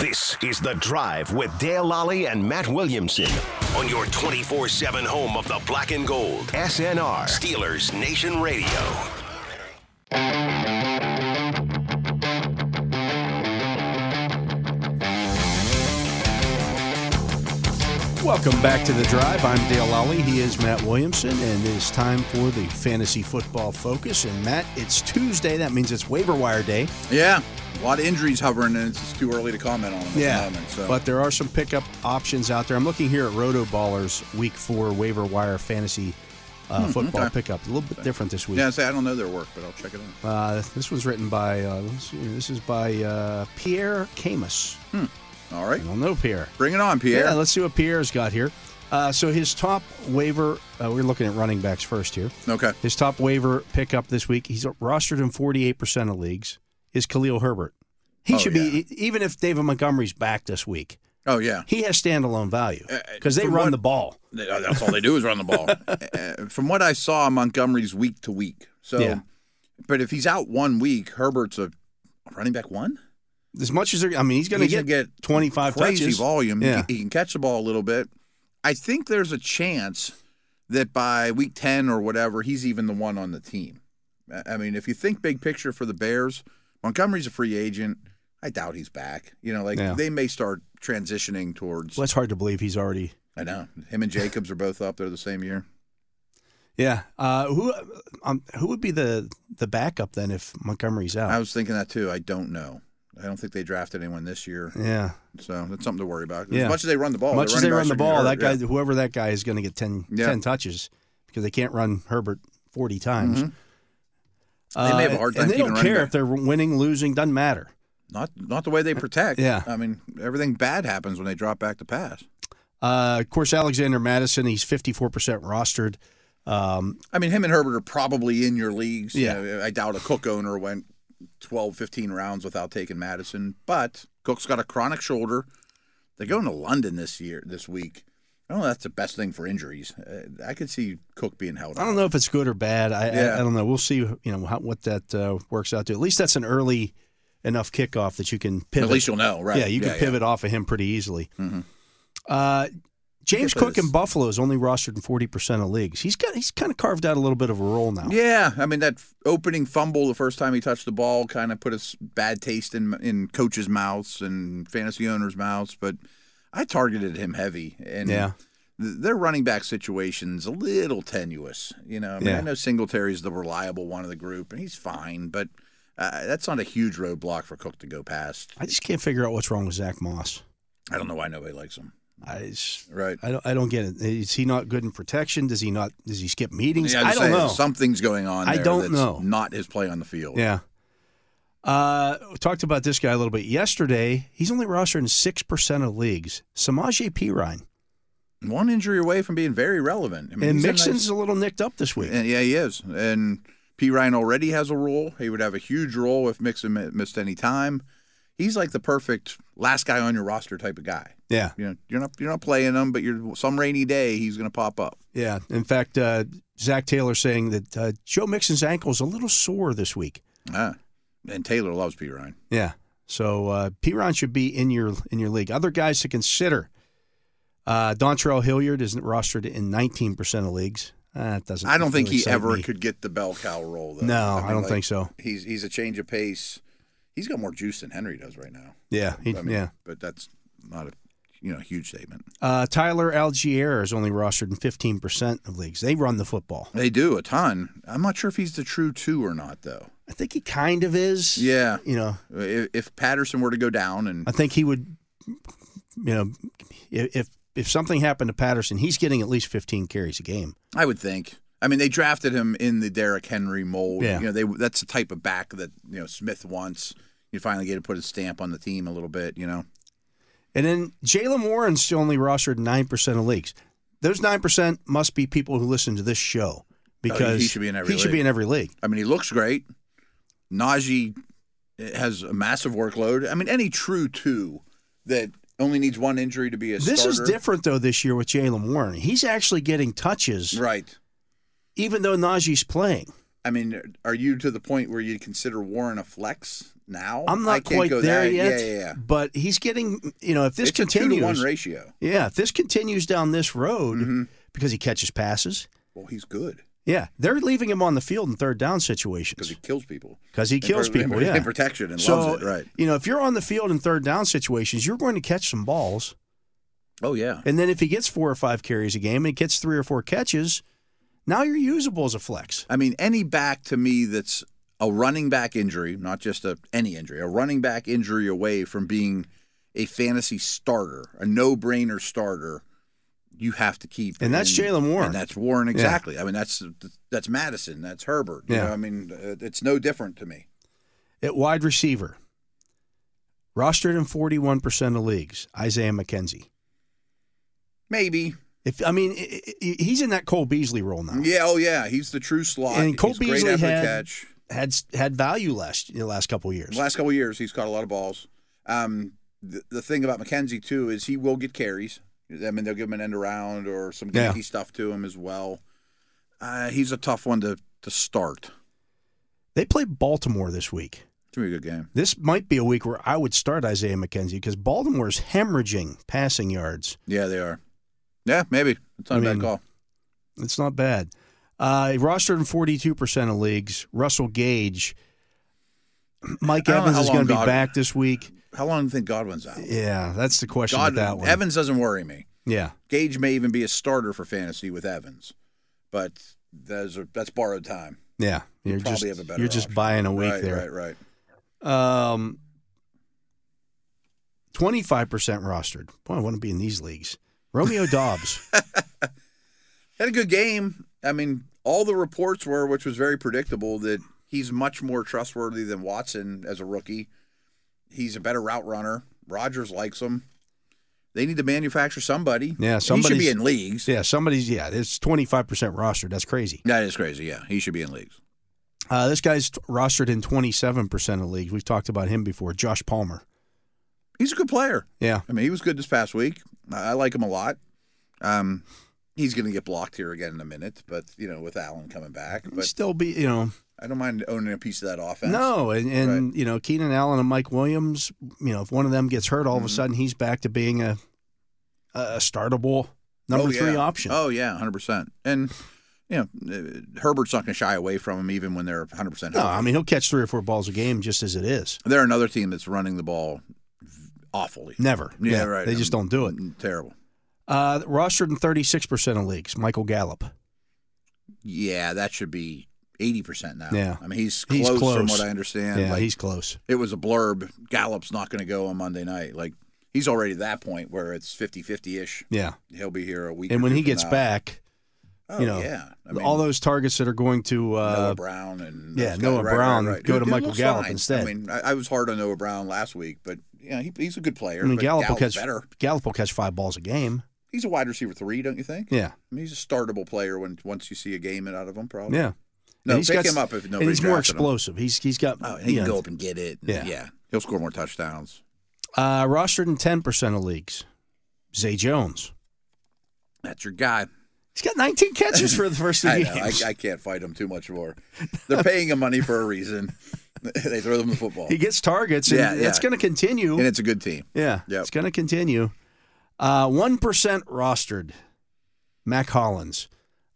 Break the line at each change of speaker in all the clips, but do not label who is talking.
This is The Drive with Dale Lally and Matt Williamson on your 24 7 home of the black and gold. SNR, Steelers Nation Radio.
Welcome back to The Drive. I'm Dale Lally. He is Matt Williamson, and it is time for the Fantasy Football Focus. And Matt, it's Tuesday. That means it's waiver wire day.
Yeah, a lot of injuries hovering, and it's just too early to comment on them. at the moment, so.
Um, But there are some pickup options out there. I'm looking here at Roto Ballers Week 4 waiver wire fantasy uh, football pickup. A little bit different this week.
Hmm, yeah, I say I don't know their work, but I'll check it out.
Uh, this was written by, uh, let's see, here. this is by uh, Pierre Camus.
All right,
I don't know Pierre.
bring it on, Pierre.
Yeah, let's see what Pierre's got here. Uh, so his top waiver, uh, we're looking at running backs first here.
okay,
His top waiver pickup this week, he's rostered in 48% of leagues, is Khalil Herbert. He
Oh,
should be, e, even if David Montgomery's back this week,
oh yeah,
he has standalone value because they
Uh, for
run
what-
the ball.
They- uh, that's all they do is run the ball. Uh, From what I saw, Montgomery's week to week. So,
Yeah.
but if he's out one week, Herbert's a running back one.
As much as they're, I mean, he's going to
He should
get,
get
25
crazy
touches.
volume.
Yeah.
He, he can catch the ball a little bit. I think there's a chance that by week 10 or whatever, he's even the one on the team. I- I mean, if you think big picture for the Bears, Montgomery's a free agent. I doubt he's back. You know, like
Yeah.
they may start transitioning towards.
Well, it's hard to believe he's already.
I know him and Jacobs are both up there the same year.
Yeah. Uh, who um, who would be the, the backup then if Montgomery's out?
I was thinking that too. I don't know. I don't think they drafted anyone this year,
yeah.
so that's something to worry about. As
Yeah.
much as they run Oh, the ball,
much
their
as they run
running
the
backs are
ball, that
gonna
guy,
get hurt.
whoever that guy, is going to get 10,
Yeah.
10 touches because they can't run Herbert forty times.
Mm-hmm.
Uh,
They may have a hard time
and they
keeping
don't
running
care
back.
if they're winning, losing, doesn't matter.
Yeah. Not not the way they protect.
Uh, Yeah.
I mean everything bad happens when they drop back to pass.
Uh, of course, Alexander Madison, he's fifty four percent rostered. Um,
I mean, him and Herbert are probably in your leagues. You
Yeah.
know, I doubt a Cook owner went 12, 15 rounds without taking Madison, but Cook's got a chronic shoulder. They're going to London this year, this week. I don't know. if That's the best thing for injuries. Uh, I could see Cook being held.
I don't
out.
know if it's good or bad. I, I,
Yeah.
I don't know. We'll see. You know how, what that uh, works out to. At least that's an early enough kickoff that you can pivot.
At least you'll know, right?
Yeah, you can pivot off of him pretty easily.
Mhm.
Uh, James
Look at
Cook
this.
in Buffalo is only rostered in forty percent of leagues. He's got he's kind of carved out a little bit of a role now.
Yeah, I mean that f- opening fumble the first time he touched the ball kind of put a s- bad taste in in coaches' mouths and fantasy owners' mouths. But I targeted him heavy, and
Yeah.
th- their running back situation's a little tenuous. You know, I mean,
Yeah.
I know Singletary's the reliable one of the group, and he's fine, but uh, that's not a huge roadblock for Cook to go past.
I just can't figure out what's wrong with Zach Moss.
I don't know why nobody likes him.
I, just-
Right.
I don't. I don't get it. Is he not good in protection? Does he not? Does he skip meetings?
Yeah,
I
just
don't
saying,
know.
Something's going on.
I
there
don't
that's
know.
Not his play on the field.
Yeah. Uh, we talked about this guy a little bit yesterday. He's only rostered in six percent of leagues. Samaje Perine
One injury away from being very relevant. I mean,
and
he's a
Mixon's
nice-
a little nicked up this week.
And, yeah, he is. And P. Ryan already has a role. He would have a huge role if Mixon mi- missed any time. He's like the perfect last guy on your roster type of guy.
yeah,
You know, you're not you're not playing him, but you're some rainy day he's going to pop up.
yeah. In fact, uh, Zach Taylor saying that uh, Joe Mixon's ankle is a little sore this week.
Ah. And Taylor loves P. Ryan.
Yeah. So uh, Piron should be in your in your league. Other guys to consider: uh, Dontrell Hilliard is rostered in 19 percent of leagues. Uh, it doesn't.
I don't think
really
he
excite
ever
me.
could get the bell cow role. Though.
No, I don't think so.
He's he's a change of pace. He's got more juice than Henry does right now.
Yeah, he,
I mean,
yeah.
but that's not a you know huge statement.
Uh, Tyler Algier is only rostered in 15% of leagues. They run the football.
They do a ton. I'm not sure if he's the true two or not though.
I think he kind of is.
Yeah,
You know,
if, if Patterson were to go down and
I think he would, you know, if if- if something happened to Patterson, he's getting at least 15 carries a game.
I would think. I mean, they drafted him in the Derrick Henry mold.
Yeah.
You know, they that's the type of back that you know Smith wants. You finally get to put his stamp on the team a little bit. You know,
And then Jalen Warren's still only rostered 9% of leagues. Those 9% must be people who listen to this show because
Oh, he should be in every
he should
league.
be in every league.
I mean, he looks great. Najee has a massive workload. I mean, any true two that only needs one injury to be a
This is
starter-
different, though, this year with Jalen Warren. He's actually getting touches,
right?
even though Najee's playing.
I mean, are you to the point where you consider Warren a flex now?
I'm
I
not
can't
quite
go
there
that-
yet,
Yeah, yeah, yeah.
but he's getting, you know, if this
it's
continues.
a two to one ratio.
Yeah, if this continues down this road
Mm-hmm.
because he catches passes,
Well, he's good
yeah, they're leaving him on the field in third down
because
situations
he kills people.
because he, kills
in, pro-
people.
in,
yeah,
in protection and
so
loves it. Right.
you know if you're on the field in third down situations, you're going to catch some balls,
Oh yeah.
and then if he gets four or five carries a game and gets three or four catches, now you're usable as a flex.
I mean, any back to me that's a running back injury, not just a any injury, a running back injury away from being a fantasy starter, a no-brainer starter, you have to keep.
And that's Jalen Warren.
And that's Warren exactly. I mean, that's that's Madison, that's Herbert. You
Yeah.
know, I mean, uh, it's no different to me.
At wide receiver, rostered in 41 percent of leagues, Isaiah McKenzie.
Maybe.
If I mean, i- i- he's in that Cole Beasley role now.
Yeah. Oh yeah. He's the true slot.
And Cole
he's great
Beasley
after
had-
catch.
had had value last the last couple of years.
The last couple of years, he's caught a lot of balls. Um, the, the thing about McKenzie too is he will get carries. I mean, they'll give him an end around or some
Yeah.
geeky stuff to him as well. Uh, he's a tough one to to start.
They play Baltimore this week.
It's gonna be a good game.
This might be a week where I would start Isaiah McKenzie because Baltimore's hemorrhaging passing yards.
Yeah, they are. Yeah, maybe it's not
I
a
mean-
bad call.
It's not bad. Uh, rostered in forty two percent of leagues. Russell Gage, Mike
I don't know
Evans
how
is going to
long
be
God-
back this week.
How long do you think Godwin's out?
Yeah, that's the question with
God,
that one.
Evans doesn't worry me.
yeah,
Gage may even be a starter for fantasy with Evans, but those are that's borrowed time.
yeah.
You
You're
probably
just
have a better
you're just
option.
buying a week
right,
there.
right, right.
Um, 25% rostered. Boy, I want to be in these leagues. Romeo Dobbs.
had a good game. I mean, all the reports were, which was very predictable, that he's much more trustworthy than Watson as a rookie. He's a better route runner. Rogers likes him. They need to manufacture somebody.
Yeah,
he should
somebody's-
be in leagues.
yeah, somebody's, yeah, it's 25% rostered. That's crazy.
That is crazy. Yeah, he should be in leagues.
Uh, this guy's t- rostered in 27% of leagues. We've talked about him before. Josh Palmer.
He's a good player.
Yeah.
I mean, he was good this past week. I I like him a lot. Um, he's going to get blocked here again in a minute, but you know, with Allen coming back,
He'd
but
still be, you know,
I don't mind owning a piece of that offense.
no. And, and you know, Keenan Allen and Mike Williams, you know, if one of them gets hurt, all
Mm-hmm.
of a sudden he's back to being a, a a startable number
Oh,
three
yeah.
option.
Oh yeah, hundred percent. And you know, uh, Herbert's not going to shy away from him even when they're hundred percent.
No, I mean, he'll catch three or four balls a game just as it is.
they're another team that's running the ball awfully.
Never.
Yeah, right. Mm,
They just don't do it.
Terrible.
Uh, rostered in 36% of leagues, Michael Gallup.
Yeah, that should be eighty percent now.
Yeah.
I mean he's
He's
close, from
close.
what I understand.
yeah,
like,
he's close.
it was a blurb. Gallup's not going to go on Monday night. Like he's already at that point where it's 50-50 ish.
Yeah.
He'll be here a week.
And
or
when
two
he
from
gets
now.
back,
oh,
you know,
yeah, uh, I mean,
all those targets that are going to.
Noah
Uh,
Brown and
yeah,
those guys.
Noah Brown, go
Dude,
to
he
Michael
looks
Gallup
fine.
instead.
I mean, I, I was hard on Noah Brown last week, but you know, he, he's a good player.
I mean,
but
Gallup will, catch,
Gallup's better.
Gallup will catch five balls a game.
He's a wide receiver three, don't you think?
Yeah.
I mean, he's a startable player when once you see a game out of him. Probably.
Yeah.
No,
And he's
pick
got-
him up if
And
nobody
he's more
drafted him.
explosive. He's He's got.
Oh, and he
you
can
know,
go up and get it.
Yeah.
yeah. He'll score more touchdowns.
Uh, rostered in 10% of leagues, Zay Jones.
That's your guy.
He's got 19 catches for the first
I,
three
know, I,
games.
I can't fight him too much more. They're paying him money for a reason. they throw them the football,
he
and
gets targets, and
Yeah,
that's
yeah.
going to continue.
it's a good team.
Yeah,
Yep.
it's going to continue. One uh, one percent rostered. Mac Hollins.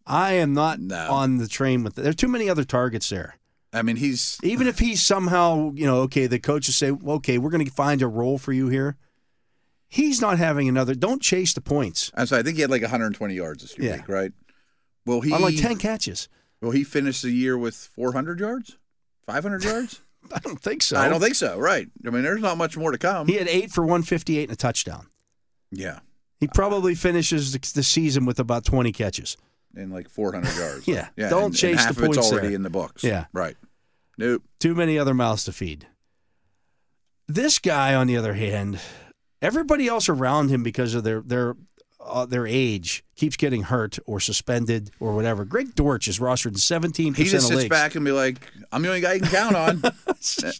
I am not
No.
on the train with. There are too many other targets there.
I mean, he's
Even if he somehow, you know, okay, the coaches say, okay, we're going to find a role for you here. He's not having another. Don't chase the points.
I'm sorry, I think he had like 120 yards this
Yeah.
week, right? Well, he
On like ten catches.
Will he finish the year with 400 yards? 500 yards?
I don't think so.
I don't think so. Right. I mean, there's not much more to come.
he had eight for one fifty eight and a touchdown.
yeah.
He probably finishes the, the season with about twenty catches.
In like 400 yards.
Yeah. Don't
and,
chase
and
the
half of
points
it's already
there.
in the books.
Yeah.
Right. Nope.
Too many other mouths to feed. This guy, on the other hand, everybody else around him because of their their uh, their age keeps getting hurt or suspended or whatever. Greg Dortch is rostered in seventeen
He
percent
just
of
sits
leagues.
back and be like, "I'm the only guy you can count on,"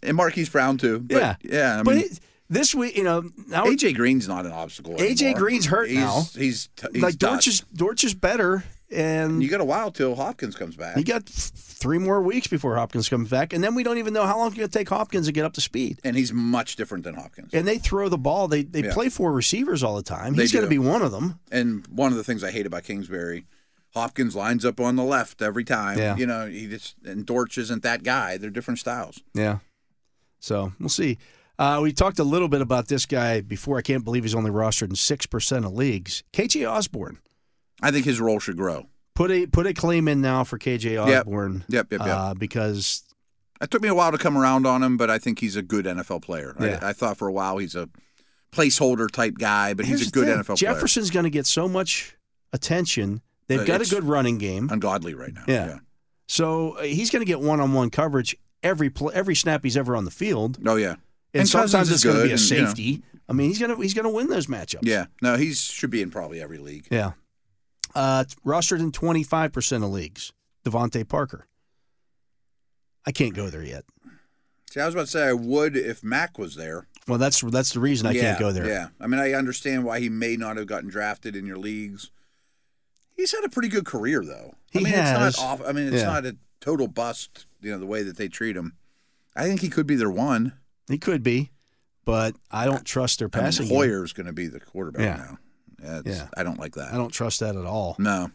and Marquise Brown too. But,
yeah,
yeah. I
but
mean,
it, this week, you know, now
AJ Green's not an obstacle.
A.J.
anymore.
Green's hurt
he's,
now.
He's, t- he's
like
done.
Dortch is Dortch is better, and
You got a while till Hopkins comes back.
He got th- three more weeks before Hopkins comes back, and then we don't even know how long it's going to take Hopkins to get up to speed.
and he's much different than Hopkins.
And they throw the ball. They they
Yeah.
play four receivers all the time.
They
He's going to
do.
be one of them.
And one of the things I hate about Kingsbury, Hopkins lines up on the left every time.
Yeah.
You know, he just and Dortch isn't that guy. They're different styles.
Yeah. So we'll see. Uh, we talked a little bit about this guy before. I can't believe he's only rostered in six percent of leagues. KJ Osborne
I think his role should grow.
put a put a claim in now for KJ
Yep.
Osborne.
Yep, yep, yep.
Uh, because
It took me a while to come around on him, but I think he's a good NFL player. I-
Yeah.
I, thought for a while he's a placeholder type guy, but he's
here's
a
the
good
thing,
NFL player.
Jefferson's going to get so much attention. They've
Uh,
got a
it's-
good running game.
Ungodly right now.
Yeah. So uh, he's going to get one-on-one coverage every pl- every snap he's ever on the field,
Oh yeah.
and,
Cousins
sometimes
is
it's going to
good
be a
and, you know,
safety. I mean, he's going to he's going to win those matchups.
yeah. No, he should be in probably every league.
yeah. Uh, rostered in twenty five percent of leagues, Devontae Parker. I can't go there yet.
See, I was about to say I would if Mac was there.
Well, that's that's the reason I
yeah,
can't go there.
Yeah. I mean, I understand why he may not have gotten drafted in your leagues. He's had a pretty good career, though.
He
I mean,
has.
it's not off. I mean, it's
Yeah.
not a total bust, you know, the way that they treat him. I think he could be their one.
He could be, but I don't trust their
I mean,
passing. game.
Hoyer's going to be the quarterback
Yeah.
now. That's,
Yeah.
I don't like that.
I don't trust that at all.
no.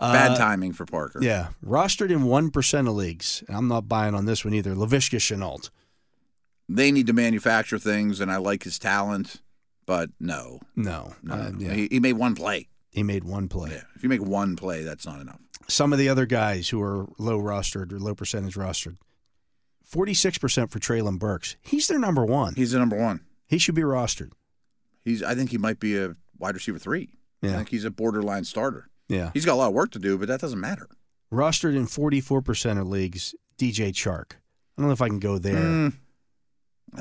Uh,
Bad timing for Parker.
Yeah, rostered in one percent of leagues, and I'm not buying on this one either. Lavishka Chenault.
They need to manufacture things, and I like his talent, but no.
No,
No.
Uh, yeah.
he, he made one play.
He made one play.
Yeah. If you make one play, that's not enough.
Some of the other guys who are low rostered or low percentage rostered, forty six percent for Traylon Burks. He's their number one.
He's the number one.
He should be rostered.
He's. I think he might be a wide receiver three. I
Yeah,
think he's a borderline starter.
yeah.
He's got a lot of work to do, but that doesn't matter.
Rostered in forty four percent of leagues. DJ Chark. I don't know if I can go there.
Mm.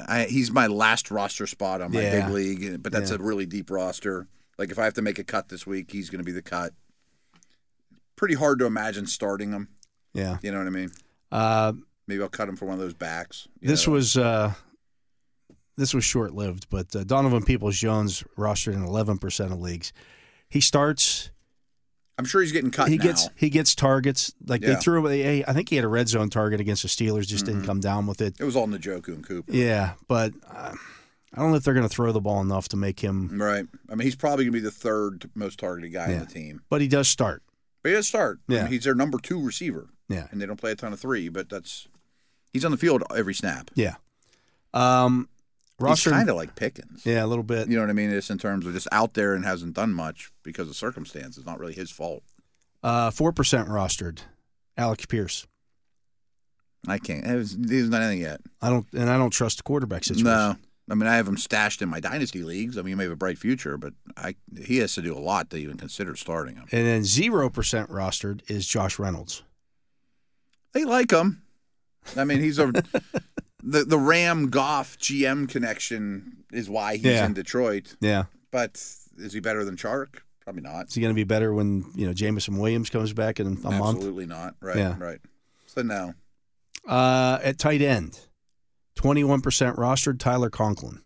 I, he's my last roster spot on my
Yeah.
big league, but that's
Yeah.
a really deep roster. Like if I have to make a cut this week, he's going to be the cut. Pretty hard to imagine starting him.
Yeah.
You know what I mean?
Uh,
Maybe I'll cut him for one of those backs. you
this
know.
was uh, this was short lived, but uh, Donovan Peoples Jones rostered in eleven percent of leagues. He starts.
I'm sure he's getting cut
he
now.
gets he gets targets like they
Yeah. Mm-hmm.
threw away. I think he had a red zone target against the Steelers, just didn't come down with it.
it was all in the joke and Cooper.
Yeah, but uh, I don't know if they're going to throw the ball enough to make him.
Right. I mean, he's probably going to be the third most targeted guy
Yeah.
on the team.
But he does start.
But he does start. I mean,
Yeah.
he's their number two receiver.
Yeah,
and they don't play a ton of three, but that's he's on the field every snap.
yeah. Um, roster.
he's kind of like Pickens.
yeah, a little bit.
You know what I mean? Just in terms of just out there and hasn't done much because of circumstances. Not really his fault.
Uh, four percent rostered. Alex Pierce.
I can't. it was- He's not anything yet.
I don't, and I don't trust the quarterback situation.
No. I mean, I have him stashed in my dynasty leagues. I mean, he may have a bright future, but I he has to do a lot to even consider starting him.
And then zero percent rostered is Josh Reynolds.
They like him. I mean, he's a the the Ram Goff GM connection is why he's
Yeah.
in Detroit.
Yeah.
But is he better than Chark? Probably not.
Is he going to be better when you know Jamison Williams comes back in a month?
Absolutely not. Right.
Yeah.
Right. So no.
Uh, at tight end, twenty-one percent rostered Tyler Conklin.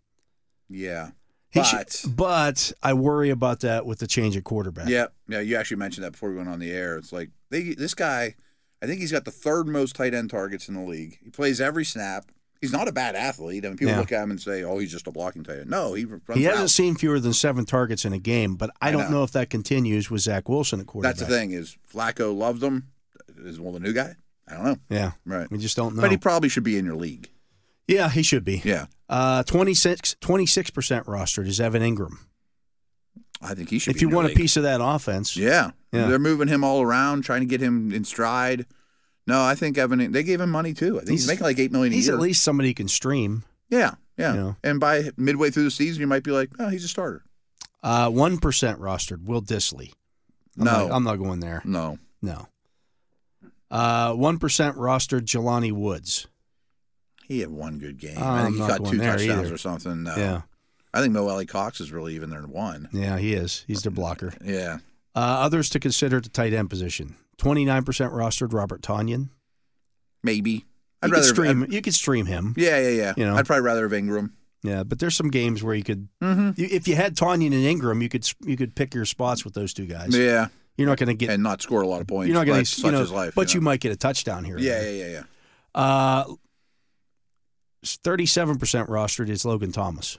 Yeah.
He
but
should- but I worry about that with the change at quarterback.
yeah, yeah. You actually mentioned that before we went on the air. It's like they this guy. I think he's got the third most tight end targets in the league. He plays every snap. he's not a bad athlete. I mean, people
Yeah.
look at him and say, "Oh, he's just a blocking tight end." No, he runs
He hasn't
routes.
seen fewer than seven targets in a game, but I,
I
don't know.
know.
if that continues with Zach Wilson at quarterback.
That's the thing is Flacco loves him. Is well the new guy? I don't know.
Yeah,
Right.
We just don't know.
But he probably should be in your league.
yeah, he should be.
Yeah,
Uh, 26 percent rostered is Evan Ingram.
I think he should.
If
be
you
in your
want a
league.
piece of that offense,
yeah.
Yeah.
they're moving him all around, trying to get him in stride. No, I think Evan. They gave him money too. I think he's,
He's-
making like eight million a
he's
year.
at least somebody you can stream.
yeah, yeah,
Yeah.
And by midway through the season, you might be like, "Oh, he's a starter."
Uh, One rostered Will Disley. I'm
No.
not, I'm not going there.
No,
No. Uh, One percent rostered Jelani Woods.
he had one good game.
Oh,
I
I'm
think he
not
got
going
two
there
touchdowns
either.
or something. No.
Yeah,
I think Moelle Cox is really even there in one.
yeah, he is. He's their blocker.
Yeah,
Uh, others to consider at the tight end position. Twenty nine percent rostered Robert Tanyan.
maybe. I'd
you
rather
could stream. you could stream him.
yeah, yeah, yeah.
You know.
I'd probably rather have Ingram.
Yeah, but there's some games where you could,
Mm-hmm.
you, if you had Tanyan and Ingram, you could you could pick your spots with those two guys.
Yeah,
You're not going to get.
and not score a lot of points.
you're not going
but
to.
such
You know,
is life.
but you,
know?
might get a touchdown here. or
Yeah,
there.
yeah, yeah, yeah.
Uh, thirty-seven percent rostered is Logan Thomas.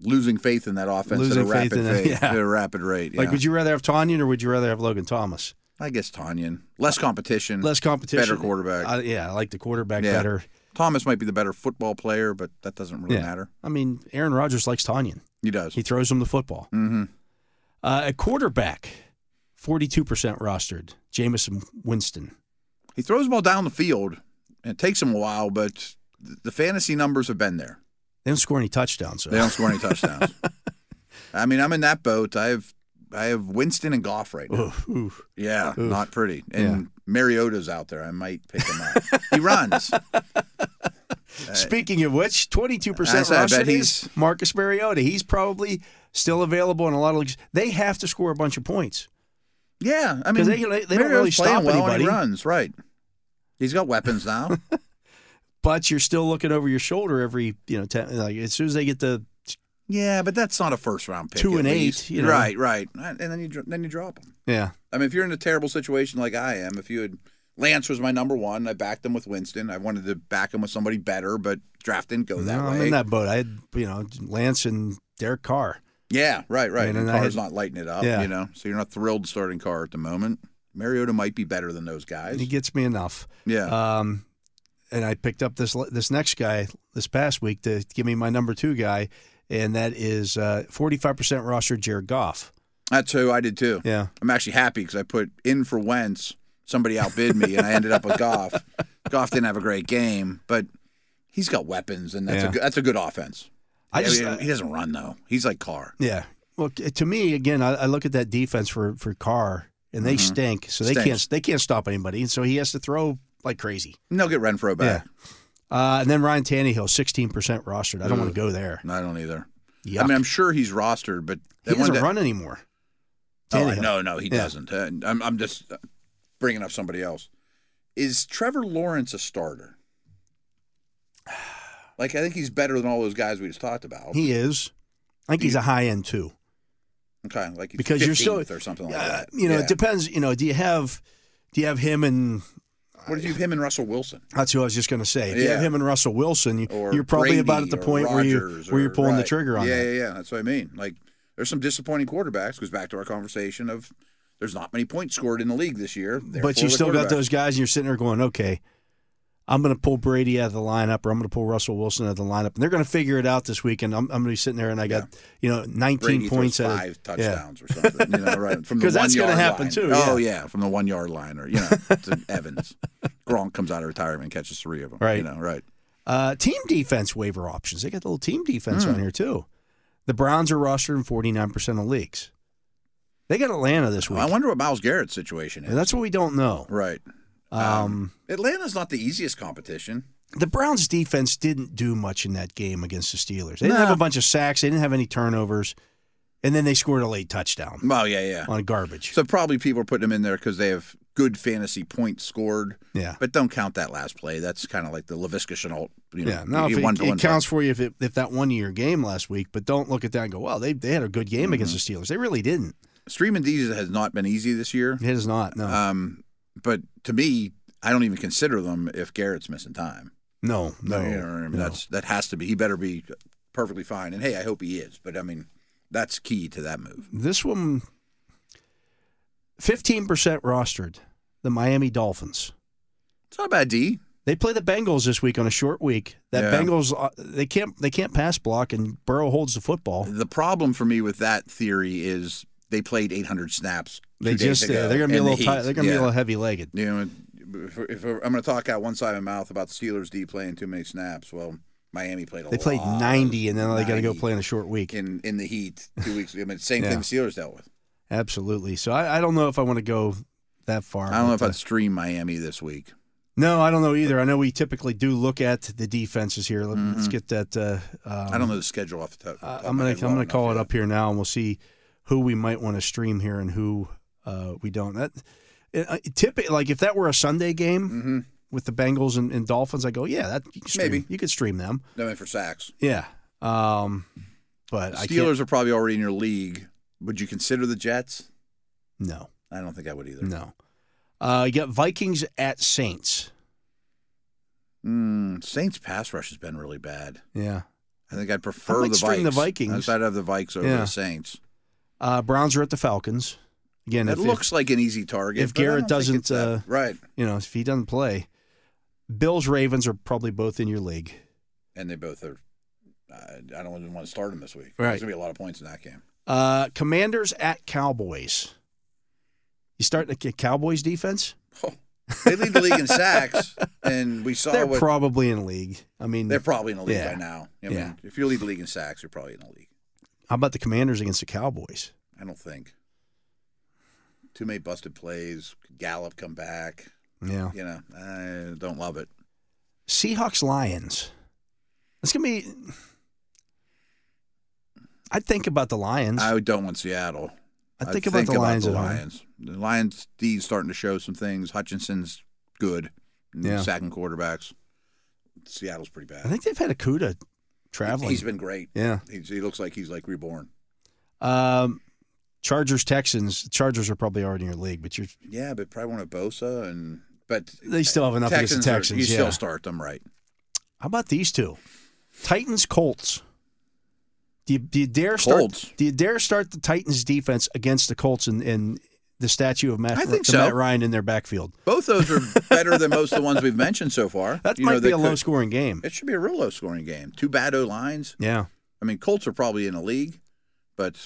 Losing faith in that offense
Losing
at a
faith
rapid
in it,
rate,
yeah.
at a rapid rate.
Like,
yeah.
would you rather have Tanyan or would you rather have Logan Thomas?
I guess Tanyan. Less competition.
Less competition.
Better quarterback.
Uh, yeah, I like the quarterback
Yeah.
better.
Thomas might be the better football player, but that doesn't really
yeah.
matter.
I mean, Aaron Rodgers likes Tanyan.
He does.
He throws him the football.
Mhm.
Uh, a quarterback, 42% rostered, Jamison Winston.
He throws the ball down the field, and it takes him a while, but th- the fantasy numbers have been there.
They don't score any touchdowns. So.
They don't score any touchdowns. I mean, I'm in that boat. I have I have Winston and Goff right now.
Oof, oof.
Yeah,
Oof.
not pretty. And Mariota's out there. I might pick him up. he runs.
Speaking of which, 22%
I say, Uh, I
rostered
bet
is
he's-
Marcus Mariota. He's probably still available in a lot of leagues. They have to score a bunch of points.
Yeah, I mean,
they- they- they don't
Mariota's
really
playing
stop
well And
anybody.
he runs right. He's got weapons now.
But you're still looking over your shoulder every, you know, ten, like as soon as they get the
yeah, but that's not a first round pick.
Two
at
and eight,
least.
you know.
Right, right. And then you dr- then you drop him.
yeah,
I mean, if you're in a terrible situation like I am, if you had Lance was my number one, I backed him with Winston. I wanted to back him with somebody better, but draft didn't go that
No,
way.
I'm in that boat. I had, you know, Lance and Derek Carr.
Yeah, right, right.
And
And,
then I
Carr's
had-
not lighting it up,
Yeah.
you know, so you're not thrilled starting Carr at the moment. Mariota might be better than those guys.
He gets me enough.
yeah,
Um, and I picked up this this next guy this past week to give me my number two guy, and that is uh, 45% roster Jared Goff.
that's who I did too.
Yeah.
I'm actually happy because I put in for Wentz. Somebody outbid me, and I ended up with Goff. Goff didn't have a great game, but he's got weapons, and that's
Yeah.
a good, that's a good offense.
I just, uh,
mean, he doesn't run though. He's like Carr.
yeah. Well, c- to me, again, I, I look at that defense for for Carr, and they stink, so they
Mm-hmm. Stinks.
can't they can't stop anybody, and so he has to throw like crazy.
And they'll get Renfro back.
Uh, and then Ryan Tannehill, 16% rostered. I don't want to go there.
No, I don't either.
Yuck.
Mm. I mean, I'm sure he's rostered, but that
he
one
doesn't
day-
run anymore.
Oh,
Tannehill.
no, no, he
Yeah.
doesn't. Uh, I'm, I'm just uh, bringing up somebody else. Is Trevor Lawrence a starter? Like, I think he's better than all those guys we just talked about.
He is. I think he's a high end too,
okay, like he's
because you're still
15th or something like
Uh,
that.
You know,
Yeah.
it depends. You know, do you have do you have him and
What if you have him and Russell Wilson?
that's who I was just going to say. If you have
Yeah.
him and Russell Wilson, you,
Or
you're probably
Brady
about at the
or
point where you
Rodgers
where you're
or-
pulling the
right.
trigger on
Yeah,
that.
yeah, yeah. That's what I mean. Like, there's some disappointing quarterbacks. Goes back to our conversation of there's not many points scored in the league this year.
But
therefore
you
the
still got
quarterback-
those guys, and you're sitting there going, okay. I'm going to pull Brady out of the lineup, or I'm going to pull Russell Wilson out of the lineup, and they're going to figure it out this weekend. I'm, I'm going to be sitting there, and I got you know 19
Brady
points
throws
out of-
five
yeah.
touchdowns or something. You know, right from the
'Cause
one
that's gonna
yard
happen
line.
too,
Oh yeah, from the one yard line or you know to Evans. Gronk comes out of retirement and catches three of them.
Right.
You know, right.
Uh, team defense waiver options. They got the little team
Hmm.
defense on here too. The Browns are rostered in forty nine percent of leagues. They got Atlanta this week.
I wonder what Miles Garrett's situation is.
And that's what we don't know.
right.
Um,
Atlanta's not the easiest competition.
the Browns defense didn't do much in that game against the Steelers. They didn't have a bunch of sacks. They didn't have any turnovers, and then they scored a late touchdown
Oh yeah, yeah.
on garbage.
So probably people are putting them in there because they have good fantasy points scored.
yeah,
But don't count that last play. That's kind of like the Lavisca Chenault. You know,
yeah. Now
you
if
one
it,
to one
it counts for you if it, if that one year game last week, but don't look at that and go, "Well, they they had a good game against
Mm-hmm.
the Steelers." They really didn't.
Streaming these has not been easy this year.
It is not. No,
Um, but to me, I don't even consider them if Garrett's missing time.
no, no.
You know what I mean?
no.
That's that has to be. He better be perfectly fine. And hey, I hope he is. But I mean, that's key to that move.
this one 15% rostered the miami dolphins
It's not a bad D.
they play the bengals this week on a short week that
Yeah.
bengals uh, they can't they can't pass block and burrow holds the football
The problem for me with that theory is they played 800 snaps. two
they
days
just
ago
uh, they're gonna be a
in the
little tight
heat.
they're gonna be
Yeah.
a little heavy legged
You know, if, if I'm going to talk out one side of my mouth about the Steelers D playing too many snaps, well, Miami played a
they played
lot.
90 and then they gotta go
90
play in a short week
in in the heat two weeks. ago. I mean, same
Yeah.
thing the Steelers dealt with.
absolutely so i, I don't know if i want to go that far
I don't know if
but, uh,
I'd stream Miami this week.
no i don't know either i know we typically do look at the defenses here Let,
Mm-hmm.
us get that uh, um,
I don't know the schedule off the top.
Uh,
top of
I'm
my
gonna
head well
I'm gonna
enough
call it
yet.
up here now, and we'll see who we might want to stream here and who uh, we don't. That uh, typically, like if that were a Sunday game with the Bengals and, and Dolphins, I go, yeah, that you can stream,
Mm-hmm. Maybe.
you could stream them,
No, I mean for sacks.
yeah. Um, but I can't.
Steelers are probably already in your league. Would you consider the Jets?
No,
I don't think I would either.
no. Uh, you got Vikings at Saints.
Mm, Saints pass rush has been really bad.
Yeah.
I think I'd prefer
might
the Vikes.
stream the Vikings.
I'd have the Vikes over
Yeah.
the Saints.
Uh, Browns are at the Falcons. Again,
It
if, if-
looks like an easy target.
if
but I
Garrett
don't think it's
doesn't, uh,
that- right,
you know if he doesn't play, Bills Ravens are probably both in your league.
and they both are. I I don't even want to start them this week.
Right.
There's gonna be a lot of points in that game.
Uh, commanders at Cowboys. You starting to get Cowboys defense?
Oh, they lead the league in sacks, and we saw
They're
what
probably in league. I mean,
Oh, they're probably in the league
Yeah.
by now. I
Yeah.
mean, if you lead the league in sacks, you're probably in the league.
how about the Commanders against the Cowboys?
I don't think. Too many busted plays. Gallup come back.
Yeah.
You know, I don't love it.
Seahawks Lions. That's gonna be. I think about the Lions. I,
I don't want Seattle. I'd
think about the Lions.
The
at home.
Lions. The Lions D's starting to show some things. Hutchinson's good. Mm,
Yeah.
Sacking quarterbacks. Seattle's pretty bad.
I think they've had a CUDA traveling.
He's been great.
yeah.
He's, he looks like he's like reborn.
Um, Chargers Texans. Chargers are probably already in your league, but you're
Yeah, but probably want a Bosa and but
They still have enough against the
Texans.
Texans,
Are, you
yeah.
still start them right.
How about these two? Titans Colts. Do you, do you dare start?
Colts?
Do you dare start the Titans defense against the Colts and, and the statue of Matt,
I think
the
so.
Matt Ryan in their backfield?
Both those are better than most of the ones we've mentioned so far.
That
You
might
know,
be
they
a low
could-
scoring game.
It should be a real low scoring game. Two bad O lines.
Yeah.
I mean, Colts are probably in a league, but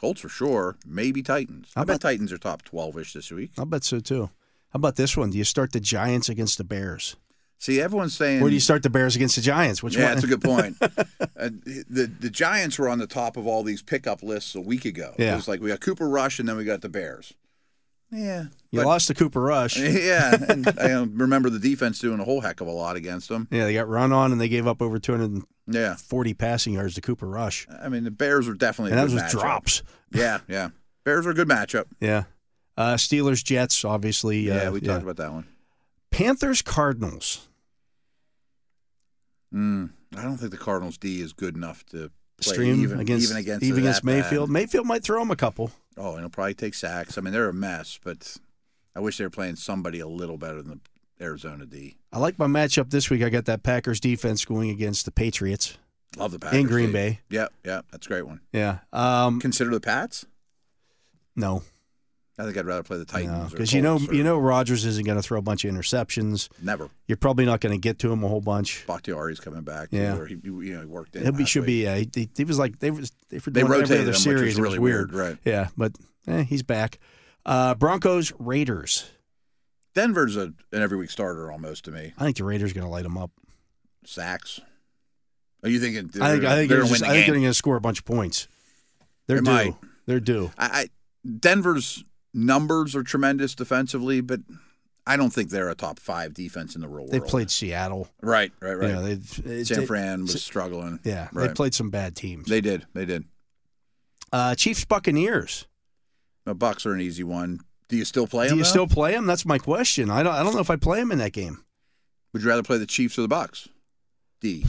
Colts for sure. Maybe Titans.
How
I bet
about-
Titans are top twelve ish this week.
I'll bet so too. How about this one? Do you start the Giants against the Bears?
See, everyone's saying.
Or do you start the Bears against the Giants? Which
yeah,
one?
that's a good point. uh, the the Giants were on the top of all these pickup lists a week ago.
Yeah.
It was like we got Cooper Rush and then we got the Bears. Yeah.
you
but-
lost to Cooper Rush. Yeah,
yeah, and I um, remember the defense doing a whole heck of a lot against them.
they got run on and they gave up over 240
Yeah,
passing yards to Cooper Rush.
I mean the Bears were definitely
And
a
that
good
was with
matchup.
drops.
Yeah, yeah, Bears are a good matchup.
Yeah. Uh, Steelers Jets, obviously.
Yeah,
uh,
we talked about that one.
Panthers Cardinals.
Mm, I don't think the Cardinals D is good enough to play
Stream
even
against
even against
even
that
against Mayfield.
bad.
Mayfield might throw him a couple.
Oh, and he'll probably take sacks. I mean they're a mess, but I wish they were playing somebody a little better than the Arizona D.
I like my matchup this week. I got that Packers defense going against the Patriots.
Love the Packers
In Green
D.
Bay.
Yeah, yeah, that's a great one.
Yeah. Um,
Consider the Pats.
no,
I think I'd rather play the Titans
because
or
you know
Colts or-
you know Rodgers isn't going to throw a bunch of interceptions.
never.
You're probably not going to get to him a whole bunch.
Bakhtiari's coming back.
Yeah.
where he, you know, he worked in.
He'll be
last
should
week.
be. Yeah, he, he- he was like they was they were
They
doing every
rotated
other
him, which
series.
was
It
really
weird.
weird, right.
Yeah, but eh, he's back. Uh, Broncos Raiders.
Denver's a, an every week starter almost to me.
I think the Raiders going to light them up.
Sacks. Are you thinking?
I think I think they're,
they're gonna win
just,
the
I think they're
game?
going to score a bunch of points. They're
They
due.
might.
They're due.
I, I Denver's numbers are tremendous defensively, but I don't think they're a top five defense in the real world.
They played Seattle.
right, right, right.
Yeah, they,
San
they-
Fran was struggling.
Yeah,
right.
they played some bad teams.
They did. They did.
Uh, Chiefs Buccaneers.
The Bucks are an easy one. Do you still play
Do
them?
you
though?
still play them? That's my question. I don't. I don't know if I play them in that game.
Would you rather play the Chiefs or the Bucks? D.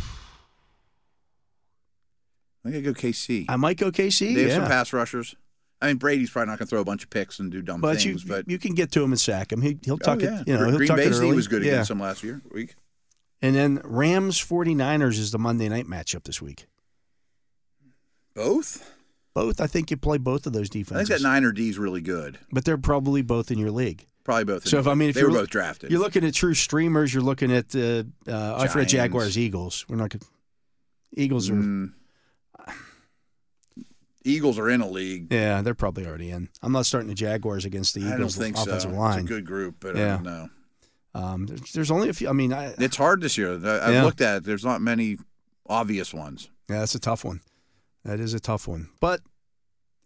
I think I go KC.
I might go KC.
they have
yeah.
some pass rushers. I mean, Brady's probably not going to throw a bunch of picks and do dumb
but
things,
you
but
you can get to him and sack him. He, he'll tuck
oh, yeah.
it. You know,
Gre-
he'll
Green
tuck it
Bay's D
early.
was good
yeah.
against them last year week.
And then Rams 49ers is the Monday night matchup this week.
Both.
Both, I think you play both of those defenses.
I think that Niner D's really good.
but they're probably both in your league.
Probably both. in
So
the
if I
league.
mean, if
they
you're
were
look-
both drafted,
You're looking at true streamers. You're looking at uh, uh, I forgot
Giants.
Jaguars, Eagles. We're not. Gonna, Eagles are.
Mm. Eagles are in a league.
Yeah, they're probably already in. I'm not starting the Jaguars against the Eagles
I don't think so.
offensive
It's a
line.
good group, but I
Yeah.
don't know.
um, there's, there's only a few. I mean, I, yeah,
It's hard this year. I- I've
Yeah.
looked at it. There's not many obvious ones.
that's a tough one. That is a tough one. But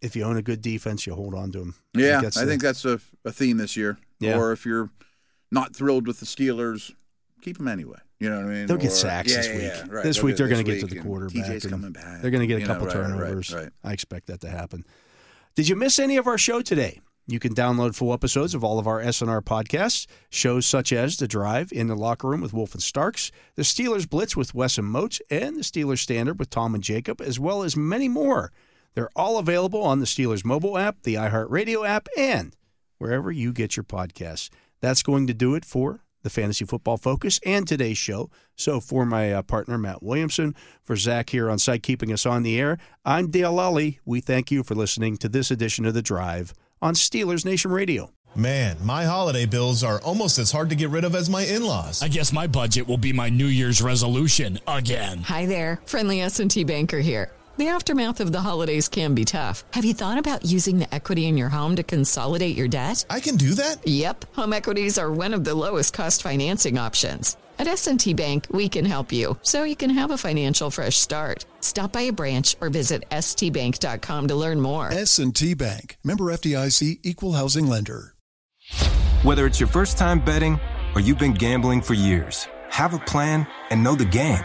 if you own a good defense, you hold on to them.
Yeah, I think that's, a, a theme this year.
Yeah.
Or if you're not thrilled with the Steelers, keep them anyway. You know what I mean?
They'll get
Or-
sacks
yeah,
this
yeah,
week.
yeah, right.
This
They'll
week they're
this
going to get to
week,
the
and
quarterback.
TJ's
and
coming back.
They're going to get a
You know,
couple
right, right,
turnovers.
Right, right.
I expect that to happen. Did you miss any of our show today? You can download full episodes of all of our SNR podcasts, shows such as The Drive in the Locker Room with Wolf and Starks, The Steelers Blitz with Wes and Moats, and The Steelers Standard with Tom and Jacob, as well as many more. They're all available on the Steelers mobile app, the iHeartRadio app, and wherever you get your podcasts. That's going to do it for the Fantasy Football Focus and today's show. So, for my uh, partner, Matt Williamson, for Zach here on site keeping us on the air, I'm Dale Lally. We thank you for listening to this edition of The Drive on Steelers Nation Radio.
Man, my holiday bills are almost as hard to get rid of as my in laws.
I guess my budget will be my New Year's resolution again.
Hi there, friendly S&T banker here. The aftermath of the holidays can be tough. Have you thought about using the equity in your home to consolidate your debt?
I can do that?
Yep, home equities are one of the lowest cost financing options. At S&T Bank, we can help you so you can have a financial fresh start. Stop by a branch or visit stbank.com to learn more.
S&T Bank, member FDIC, equal housing lender.
Whether it's your first time betting or you've been gambling for years, have a plan and know the game.